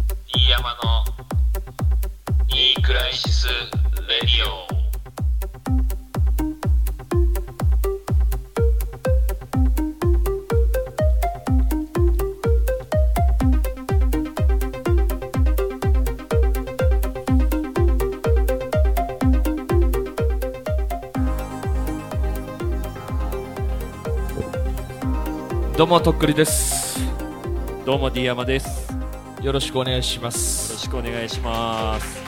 様のニークライシスレディオどうもとっくりですどうも D 山ですよよろしくお願いしまろす、しくお願いします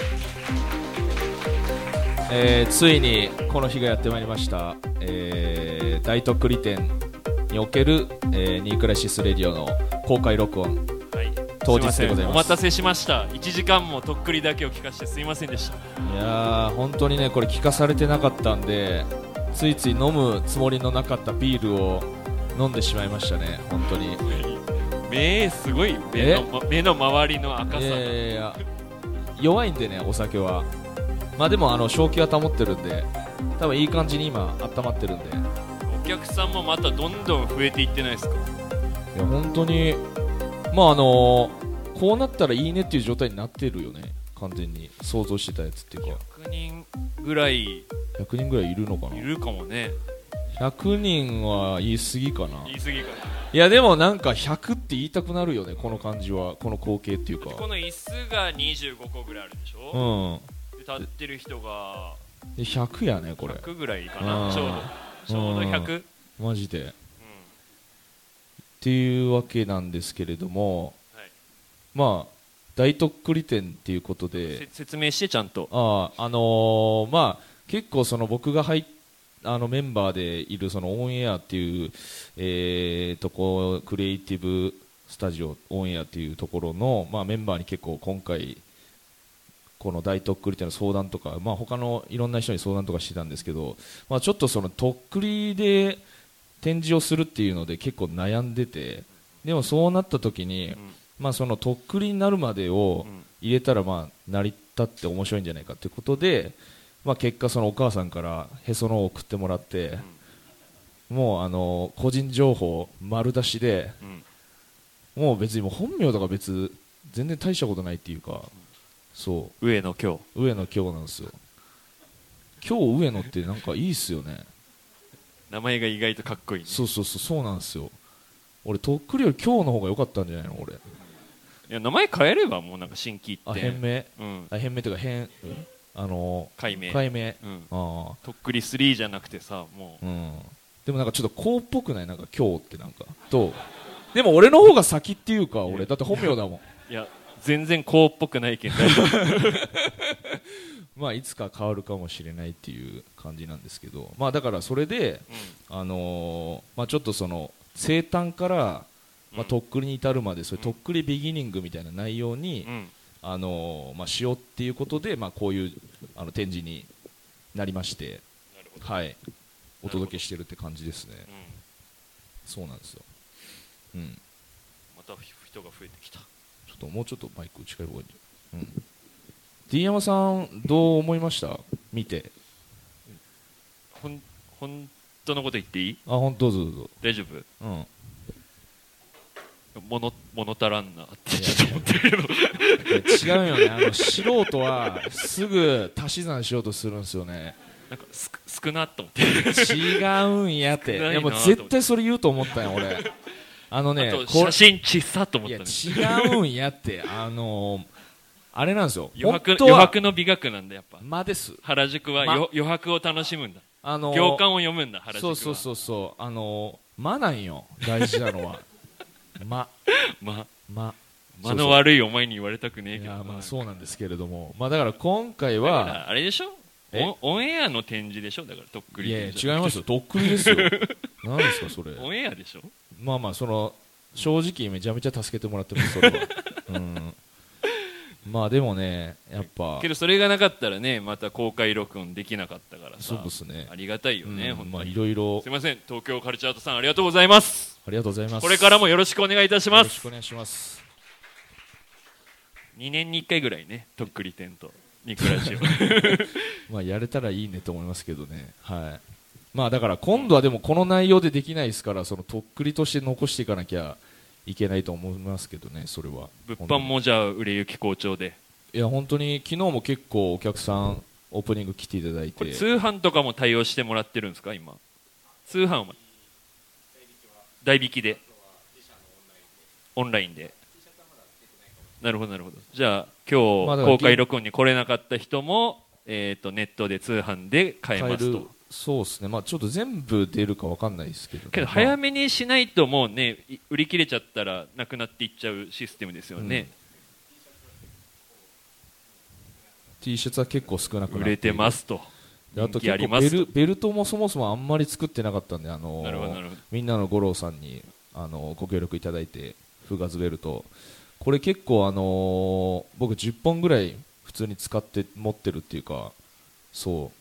えーついにこの日がやってまいりました、えー大とっくり店における、えーニークラシスレディオの公開録音はい当日でございますせんお待たせしました1時間もとっくりだけを聞かせてすいませんでしたいやー本当にねこれ聞かされてなかったんでついつい飲むつもりのなかったビールを飲んでしまいましたね本当に目すごい目のま目の周りの赤いさやいやいや弱いんでねお酒はまあでもあの正気は保ってるんで多分いい感じに今温まってるんでお客さんもまたどんどん増えていってないですかいや本当にまああのこうなったらいいねっていう状態になってるよね完全に想像してたやつっていうか100人ぐらいい100人ぐらいいるのかなるかもね100人は言い過ぎかな言い過ぎかないやでもなんか100って言いたくなるよねこの感じはこの光景っていうかこの椅子が25個ぐらいあるでしうょ、んで立ってる人がで100やねこれ100ぐらいかうなんちょうどちょうどうん 100? マジでっていうわけなんですけれども、はいまあ大とっくり店っていうことうんでせ説明してちゃんとあああのーまあ結構その僕が入っあのメンバーでいるそのオンエアっていう、えーとこクリエイティブスタジオオンエアっていうところの、まあ、メンバーに結構今回この大とっくりっていうの相談とか、まあ、他のいろんな人に相談とかしてたんですけど、まあ、ちょっとそのとっくりで展示をするっていうので結構悩んでてでもそうなった時に、んまあ、そのとっくりになるまでをうん入れたらまあ成り立って面白いんじゃないかということで、まあ、結果そのお母さんからへその緒を送ってもらって、もうあの個人情報丸出しでうんもう別にもう本名とか別全然大したことないっていうかそ上野今日う上野京なんですよ今日上野ってなんかいいっすよね名前が意外とかっこいい、ね、そうそうそうそうなんですよ俺とっくりより今日の方が良かったんじゃないの俺いや名前変えればもうなんか新規あって変名うんあ変名というか変あの改名改名うんああとっくり3じゃなくてさもううん、でもなんかちょっとこうっぽくないなんか今日ってなんかとでも俺の方が先っていうか俺だって本名だもんいや全然こうっぽくないけど大丈夫 まあいつか変わるかもしれないっていう感じなんですけどまあだからそれであのーまあちょっとその生誕からまあとっくりに至るまでそういうとっくりビギニングみたいな内容にうんうんあのーまあしようっていうことでまあこういうあの展示になりましてなるほどはいお届けしてるって感じですねうんそうなんですようんまた人が増えてきちたょっともうちょっとマイク近い方がいい。うん。D 山さんどう思いました？見て。ほん本当のこと言っていいあ、ほんどうぞどうぞ。大丈夫うん。い物物足らんなっていやちょっと思ってるけどや違うよね。あの素人はすぐ足し算しようとするんですよね。なんかすく少なっと思って違うんやって。い少ないやなもう絶対それ言うと思ったよ俺。あのねあと、こ写真小さっと思いっやたね違うんやってあのあれなんですよ。余白本当余は白の美学なんだやっぱ間です。原宿はまよ余白を楽しむんだあの行間を読むんだ原宿そはうそうそうそうあの間なんよ大事なの は間ま間。間の悪いお前に言われたくねえいけどやなまあそうなんですけれども、まあ、だから今回だかは、らあれでしょえオンオンエアの展示でしょだからとっくりいやい展示や違いますよ、とっくり ですよ、なんですか、それ、オンエアでしょまあまあ、その正直、めちゃめちゃ助けてもらってます、それは。 うん、まあでもね、やっぱけ、どそれがなかったらねまた公開録音できなかったからさそうですねあ、りがたいよね、うん本ま当あにいろいろすい、ません東京カルチャートさんありがとうございますありがとうございます。これからもよよろしくお願いいたしまろしすくお願いします。 2年に1回ぐらいねとっくり展とニクラジ オまあやれたらいいねと思いますけどね、はいまあ、だから今度はでもこの内容でできないですから、そのとっくりとして残していかなきゃいけないと思いますけどね、それは。物販もじゃあ売れ行き好調でいや、本当に昨日も結構お客さん、オープニング来ていただいこれて、通販とかも対応してもらってるんですか今通販は代引きでオンラインでなるほどなるほどじゃあ今まあだ日から公開録音に来れなかった人も、えー、とネットで通販で買えますとそうですね、まあ、ちょっと全部出るかわかんないですけどね、けどまあ早めにしないともうねい売り切れちゃったらなくなっていっちゃうシステムですよね、 T シャツは結構少なくなって売れてますすとあと人気あ結り構まベすルベルトもそもそもあんまり作ってなかったんで、あのーなるほどなるほどみんなの五郎さんに、あのーご協力いただいてフガズベルトこれ結構、あのー僕10本ぐらい普通に使って持ってるっていうかそう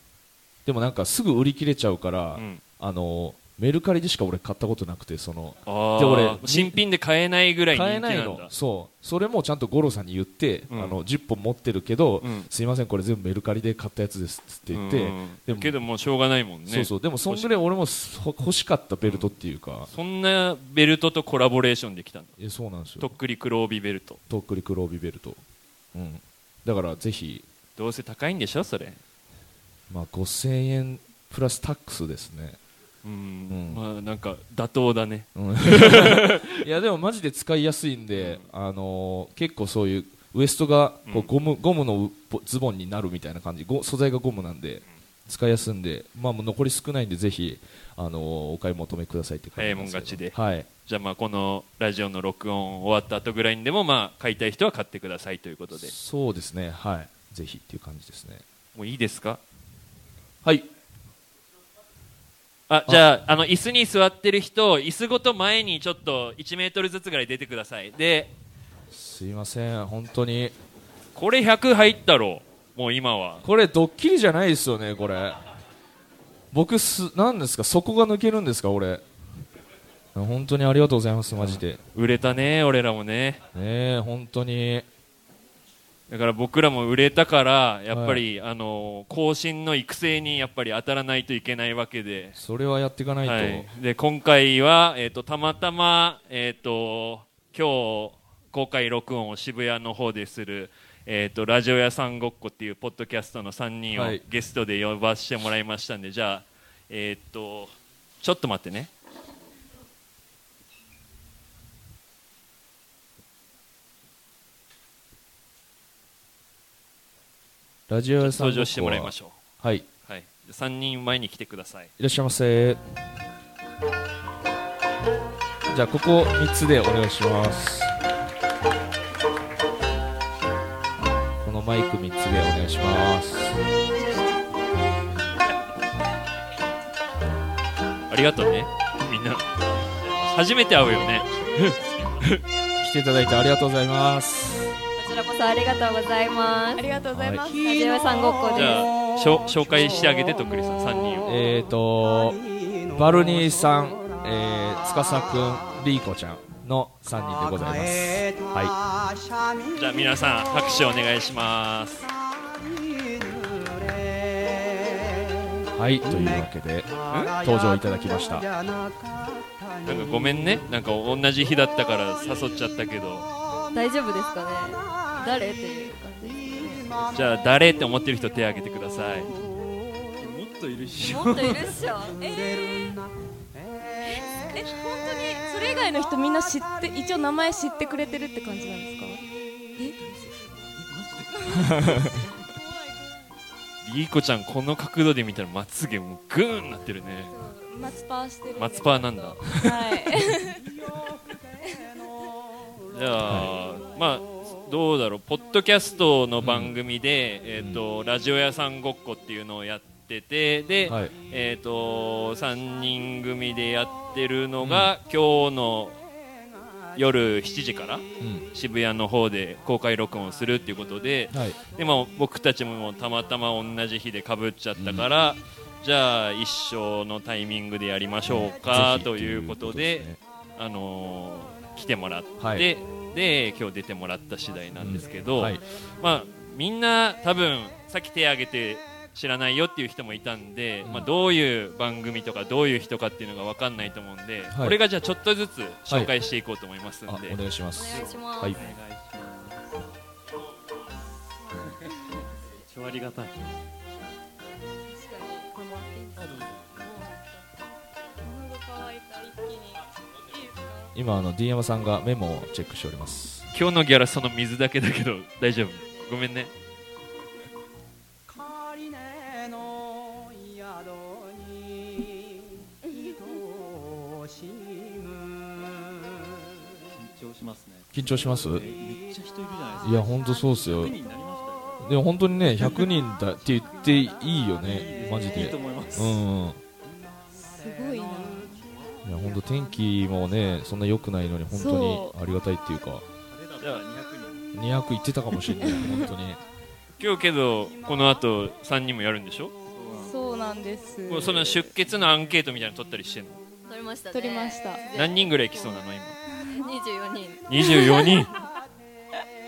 でもなんかすぐ売り切れちゃうから、うんあのーメルカリでしか俺買ったことなくてそのあーで俺新品で買えないぐらい人買え気ななんいだのそうそれもちゃんと五郎さんに言って、うんあの10本持ってるけど、うんすいませんこれ全部メルカリで買ったやつですって言って、うんでもけどもうしょうがないもんねそうそうでもそんぐらい俺もそ欲しかったベルトっていうか、そんなベルトとコラボレーションできたんだえそうなんですよとっくり黒帯ベルトとっくり黒帯ベルト、うん、だからぜひ、どうせ高いんでしょそれまあ、5000円プラスタックスですね、うんうんまあなんか妥当だねうんいやでもマジで使いやすいんで、あのー結構そういうウエストがこううんゴム、ゴムのズボンになるみたいな感じご素材がゴムなんで使いやすいんで、まあ、もう残り少ないんでぜひ、あのーお買い求めくださいって感じなんですけど早いもん勝ちではいじゃあまあこのラジオの録音終わった後ぐらいにでもまあ買いたい人は買ってくださいということでそうですね、はい、ぜひっていう感じですね。もういいですかはい、あじゃああの椅子に座ってる人椅子ごと前にちょっと1メートルずつぐらい出てくださいですいません、本当に、これ100入ったろもう今はこれ、ドッキリじゃないですよね、これ、僕す、なんですか、そこが抜けるんですか、俺、本当にありがとうございます、マジで、売れたね俺らもねねえ、本当に、だから僕らも売れたからやっぱり、あの後進の育成にやっぱり当たらないといけないわけで,、それはやっていかないと、はい、で今回は、えー、とたまたま、えー、と今日公開録音を渋谷の方でする、えー、とラジオ屋さんごっこっていうポッドキャストの3人はをいゲストで呼ばせてもらいましたんで、じゃあ、えー、とちょっと待ってね。ラジオ屋さん登場してもらいましょ、う。はい、いうはい、3人前に来てくださいらっしゃいませ。じゃあ、ここ3つでお願いします。このマイク3つでお願いします。ありがとうねみんな初めて会うよね来ていただいてありがとうございます。こちらこそありがとうございまあす。りがとうございます。ラジオさんごっこじでゃあしょ紹介してあげてとっくりさん3人をえー、とバルニーさん、えー、司くん、リーコちゃんの3人でございます。はじゃあ皆さん拍手お願いしますい、はい、というわけで登場いただきました。いなんかごめんねなんか同じ日だったから誘っちゃったけどす。大丈夫ですかね。誰っていう感じですかじゃあ誰って思ってる人手挙げてくださいもっといるしね。もっといるっ しょ。ええ、本当にそれ以外の人みんな知って、一応名前知ってくれてるって感じなんですか。リーコちゃんこの角度で見たらまつげもうグーンなってるね松パーしてる。松パーなんだはい。じゃあ、まあどうだろうポッドキャストの番組で、えー、とラジオ屋さんごっこっていうのをやっててで、はいえー、と3人組でやってるのが、今日の夜7時からうん渋谷の方で公開録音をするっていうことではい、で、まあ、僕たちもたまたま同じ日でかぶっちゃったから、じゃあ一緒のタイミングでやりましょうかぜひということで。というこあのー来てもらって、はいで今日出てもらった次第なんですけとど、ですねはい、まあ、みんな多分さっき手挙げて知らないよっていう人もいたんで、まあ、どういう番組とかどういう人かっていうのが分かんないと思うんで、はいこれがじゃあちょっとずつ紹介していこうと思いますんで、あ お願いしまお願すいします、はい超ありがたい確かにこれもらっていいですか喉乾いた一気にいいですか今あの D 山さんがメモをチェックしております今日のギャラその水だけだけど大丈夫ごめんねカリネの宿に愛しむ緊張しますね緊張しますえめっちゃ人いるじゃないいですや本当そうっすかよ100人になりましたよでも本当にね100人だって言っていいよねマジいいでと思います、うんうんすごいないや本当天気もねそんな良くないのに本当そにありがたいっていうか誰だったら200 200行ってたかもしれない本当 に今日けどこの後3人もやるんでしょ人そうなんですもうその出血のアンケートみたいなの取ったりしてんの取りましたね取りました何人ぐらい来そうなの今24人24人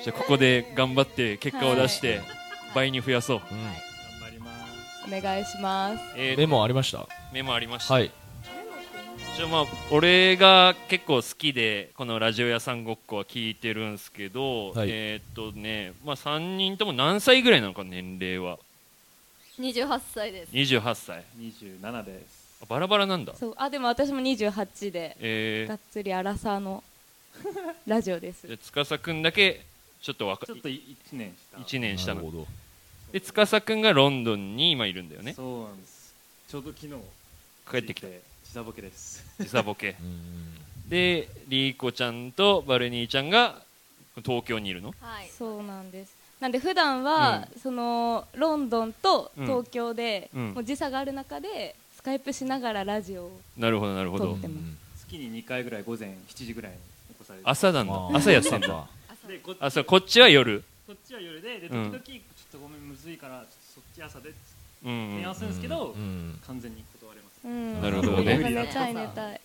じゃあここで頑張って結果を出して倍に増やそう、頑張りますお願いしますえーメモありましたメモありました、はいじゃあまあ俺が結構好きでこのラジオ屋さんごっこは聞いてるんですけど、はいえーっとね、まあ、3人とも何歳ぐらいなのか年齢は28歳です28歳27ですあバラバラなんだそうあでも私も28でえがーっつりアラサ ーのラジオですじゃあ司くんだけちょっと若ちょっと1年した1年下なるのほどで司くんがロンドンに今いるんだよねそうなんですちょうど昨日帰ってきた時差ボケです 時差ボケうんでリーコちゃんとバルニーちゃんが東京にいるのはいそうなんですなんで普段は、そのロンドンと東京で、うんうんもう時差がある中でスカイプしながらラジオをなるほどなるほ撮どってます月に2回ぐらい午前7時ぐらいに起こされて朝なんだあー朝やってんだでこあそうこっちは夜こっちは夜でで時うん々、ちょっとごめんむずいからちょっとそっち朝でうんうん提案するんですけど、うん完全に断れますうんなるほどね寝たい寝たい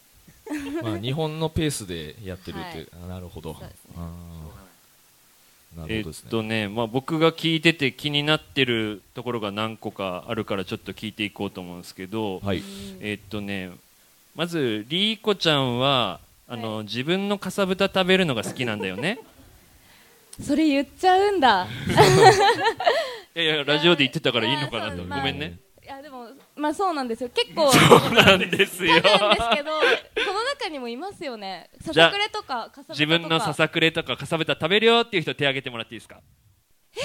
ま あ、日本のペースでやってるっていう、あなるほどそうですねあーなえるほどっですね、とね、まあ、僕が聞いてて気になってるところが何個かあるからちょっと聞いていこうと思うんですけど、はいえっとねまずリーコちゃんはあの、自分のかさぶた食べるのが好きなんだよ ねそれ言っちゃう んだいやいやラジオで言ってたからいいのかなといごやめんねいやでもまあそうなんですよ結構そうなんですよ多分ですけどこの中にもいますよねさじゃあさくれとかかさぶたとか自分のささくれとかかさぶた食べるよっていう人手挙げてもらっていいですかえ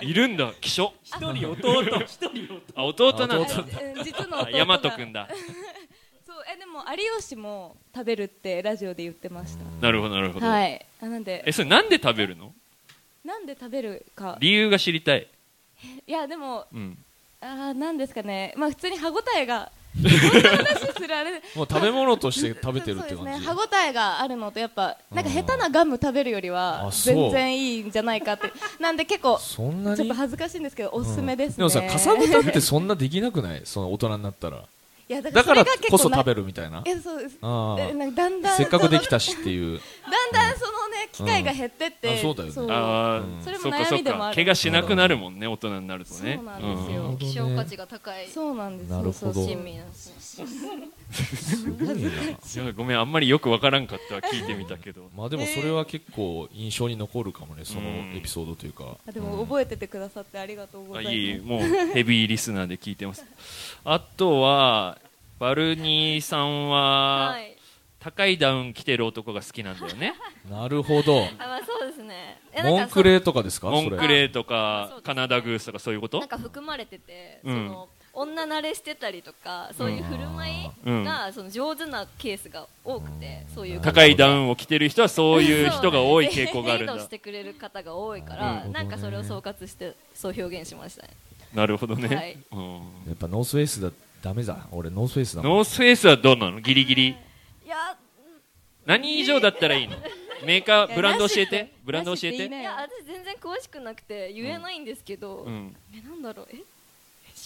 人いるんだ希少一人弟一人弟あ弟なんだ弟うん実のあ弟大和くんんだそうえでも有吉も食べるってラジオで言ってましなるほどなるほたど、はいあなんでえそれなんで食べるのなんで食べるか理由が知りたい、いやでもうん、あーなんですかねまあ普通に歯ごたえ がこんな話するあれもう食べ物として食べてるってそ感うですじ、ね、歯ごたえがあるのとやっぱなんかうん下手なガム食べるよりはあそう全然いいんじゃないかってなんで結構ちそんなょにっと恥ずかしいんですけどおすすめですね、でもさかさぶたってそんなできなくないその大人にな ったらいやだだからこそ食べるるみたいないやそうですあえーなんかだんだんせっかくできそたしっていうのだんだんそのね機会が減ってって、うんあそうだよねあうんあそれもっかそっ悩みでもかある怪我しなくなるもんね大人になるとねそうなん ですよ希少価値が高いそうなんですなるほど親身なんですねすごいなう んいやごめんあんまりよくわからんかったわ聞いてみたけどまあでもそれは結構印象に残るかもねそのうんエピソードというかあでも覚えててくださってありがとうござあいますいいもうヘビーリスナーで聞いてますあとはバルニーさんは、はい高いダウン着てる男が好きなんだよ ねなるほどあまあそうですねえなんモかンクレーとかですかモンクレーとあそうかですねカナダグースとかそういうことなんか含まれてて、うんその女慣れしてたりとかそういう振る舞いが、その上手なケースが多くて、そういう高いダウンを着てる人はそういう人が多い傾向があるんリードだしてくれる方が多いから、うんなんかそれを総括してそう表現しましたね なるほどね、はいうんやっぱノースフェイスだダメだ俺ノースフェイスだもんノースフェイスはどうなのギリギリいや何以上だったらいいのメーカーブランド教えてブランド教えなしってて言いなよいや私全然詳しくなくて言えないんですけど、うんえなんだろうええ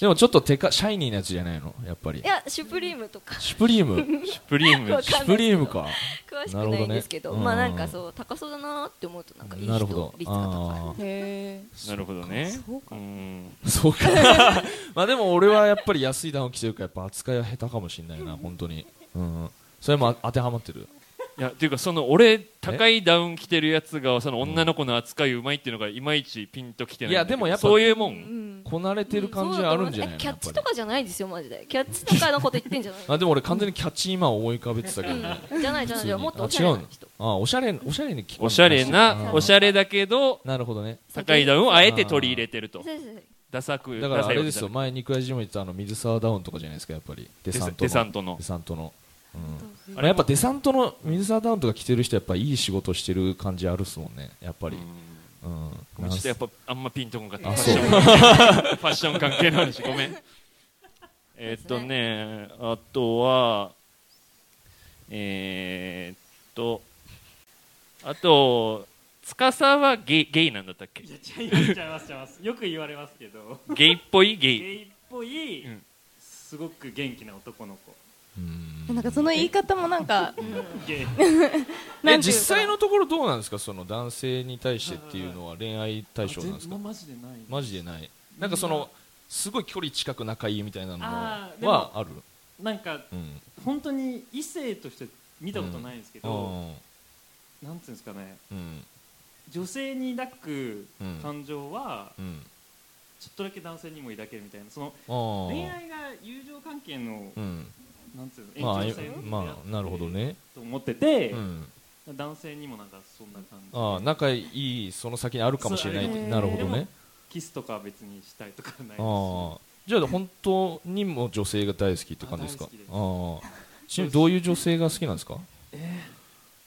でもちょっとテカシャイニーなやつじゃないのやっぱりいやシュプリームとかシュプリームシュプ リームわかんないシュプリームか詳しくないんですけどなるほどねまあうんなんかそう高そうだなーって思うとなんかいいなるほど人率が高いへなるほどねそうかうんそうか まあでも俺はやっぱり安い段を着てるからやっぱ扱いは下手かもしれないな本当にうんそれも当てはまってるいやっていうかその俺高いダウン着てるやつがその女の子の扱いうまいっていうのがいまいちピンときてないんだけどいやでもやっぱそういうもえんんこなれてる感じはあるんじゃないのえキャッチとやっぱかじゃないですよマジでキャッチとかのこと言ってんじゃな いりあでも俺完全にキャッチ今思い浮かべてたけどねじゃないじゃないじ普通ゃないにもっとおしゃれな人あおしゃれおしゃれに着込んだおしゃれなあおしゃれだけどなるほどね高いダウンをあえて取り入れてるとそうそうそうダサくだからあれですよダ前肉屋ジム言ってたあの水沢ダウンとかじゃないですかやっぱりデササいントことデのサントのデサントの、うん、ああれれやっぱデサントの水沢ダウンとか着てる人やっぱいい仕事してる感じあるっすもんねやっぱり、うんごめんちょっとやっぱあんまピンとこんかったあファッそうション ファッション関係の話ごめんえーっとねあとはえーっとあと司はゲイゲイなんだったっけいやちゃいますちゃいますちゃいます よく言われますけどゲイっぽいゲゲイイっぽい、うんすごく元気な男の子うんなんかその言い方もなんかゲイなえんていうか実際のところどうなんですかその男性に対してっていうのは恋愛対象なんですかあ全マジでないマジでないなんかそのすごい距離近く仲いいみたいなのあーでもはあるなんかうん本当に異性として見たことないんですけうど、んなんていうんですかねうん女性に抱くうん感情はうんちょっとだけ男性にも抱けるみたいなそのあー恋愛が友情関係の、うんなんていうまのあ延え長線まあなるほどねと思っててう、ん男性にもなんかそんな感じああ仲いいその先にあるかもしれないそうあるなるほどでねもキスとかは別にしたいとかはないしああじゃあ本当にもう女性が大好きって感じですかあ大好きですああちなみにどういう女性が好きなんですか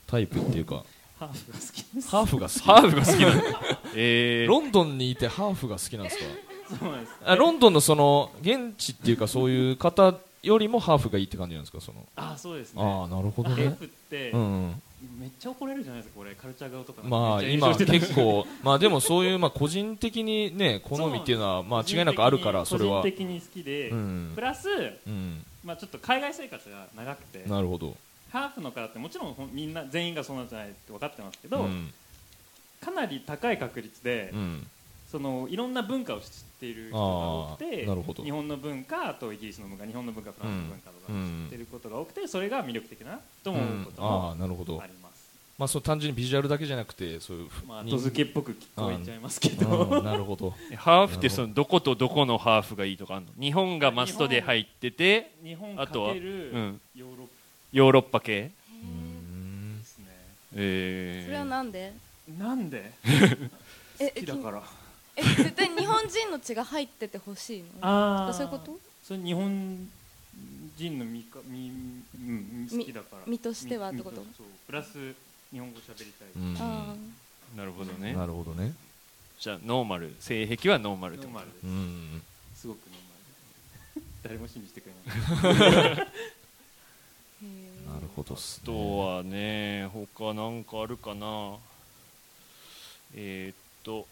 タイプっていうかハーフが好きですハーフが好きハーフが好きなんだ えーロンドンにいてハーフが好きなんですかそうなんですあロンドンのその現地っていうかそういう方よりもハーフがいいって感じなんですかそのあそうですねああなるほどハーねフって、うんうんめっちゃ怒られるじゃないですかこれカルチャー顔とかまあめっち今ゃ炎上してた結構まあでもそういうまあ個人的にね好みっていうのはまあ違いなくあるからそれは個人的に好きで、うんプラス、うんまあ、ちょっと海外生活が長くてなるほどハーフの方ってもちろんほんみんな全員がそうなんじゃないって分かってますけうど、んかなり高い確率で、うんそのいろんな文化を知っている人が多あくてあなるほど日本の文化あとイギリスの文化日本の文化フランスの文化とかう知んってることが多くてそれが魅力的なとう思うこんとああもなるほどあります、まあそう単純にビジュアルだけじゃなくてそういうまあ人後付けっぽく聞こえちゃいますけうどんなるほ どハーフってそのどことどこのハーフがいいとかあんの日本がマストで入ってて、日本あかとはけるうん、ヨーロッヨーロッパ系うんパですね、えそれはなんでなんでえ好きだからえ絶対日本人の血が入っててほしいのあそういうことそれ日本人のみかみ、うん、好きだから身としてはってことみそうプラス日本語喋りたい、うんあーなるほどねなるほどねじゃあノーマル性癖はノーマルってノーこマとルです、うんすごくノーマル誰も信じてくれなーへいなーるほどっすあとはね他なんかあるかなえーっと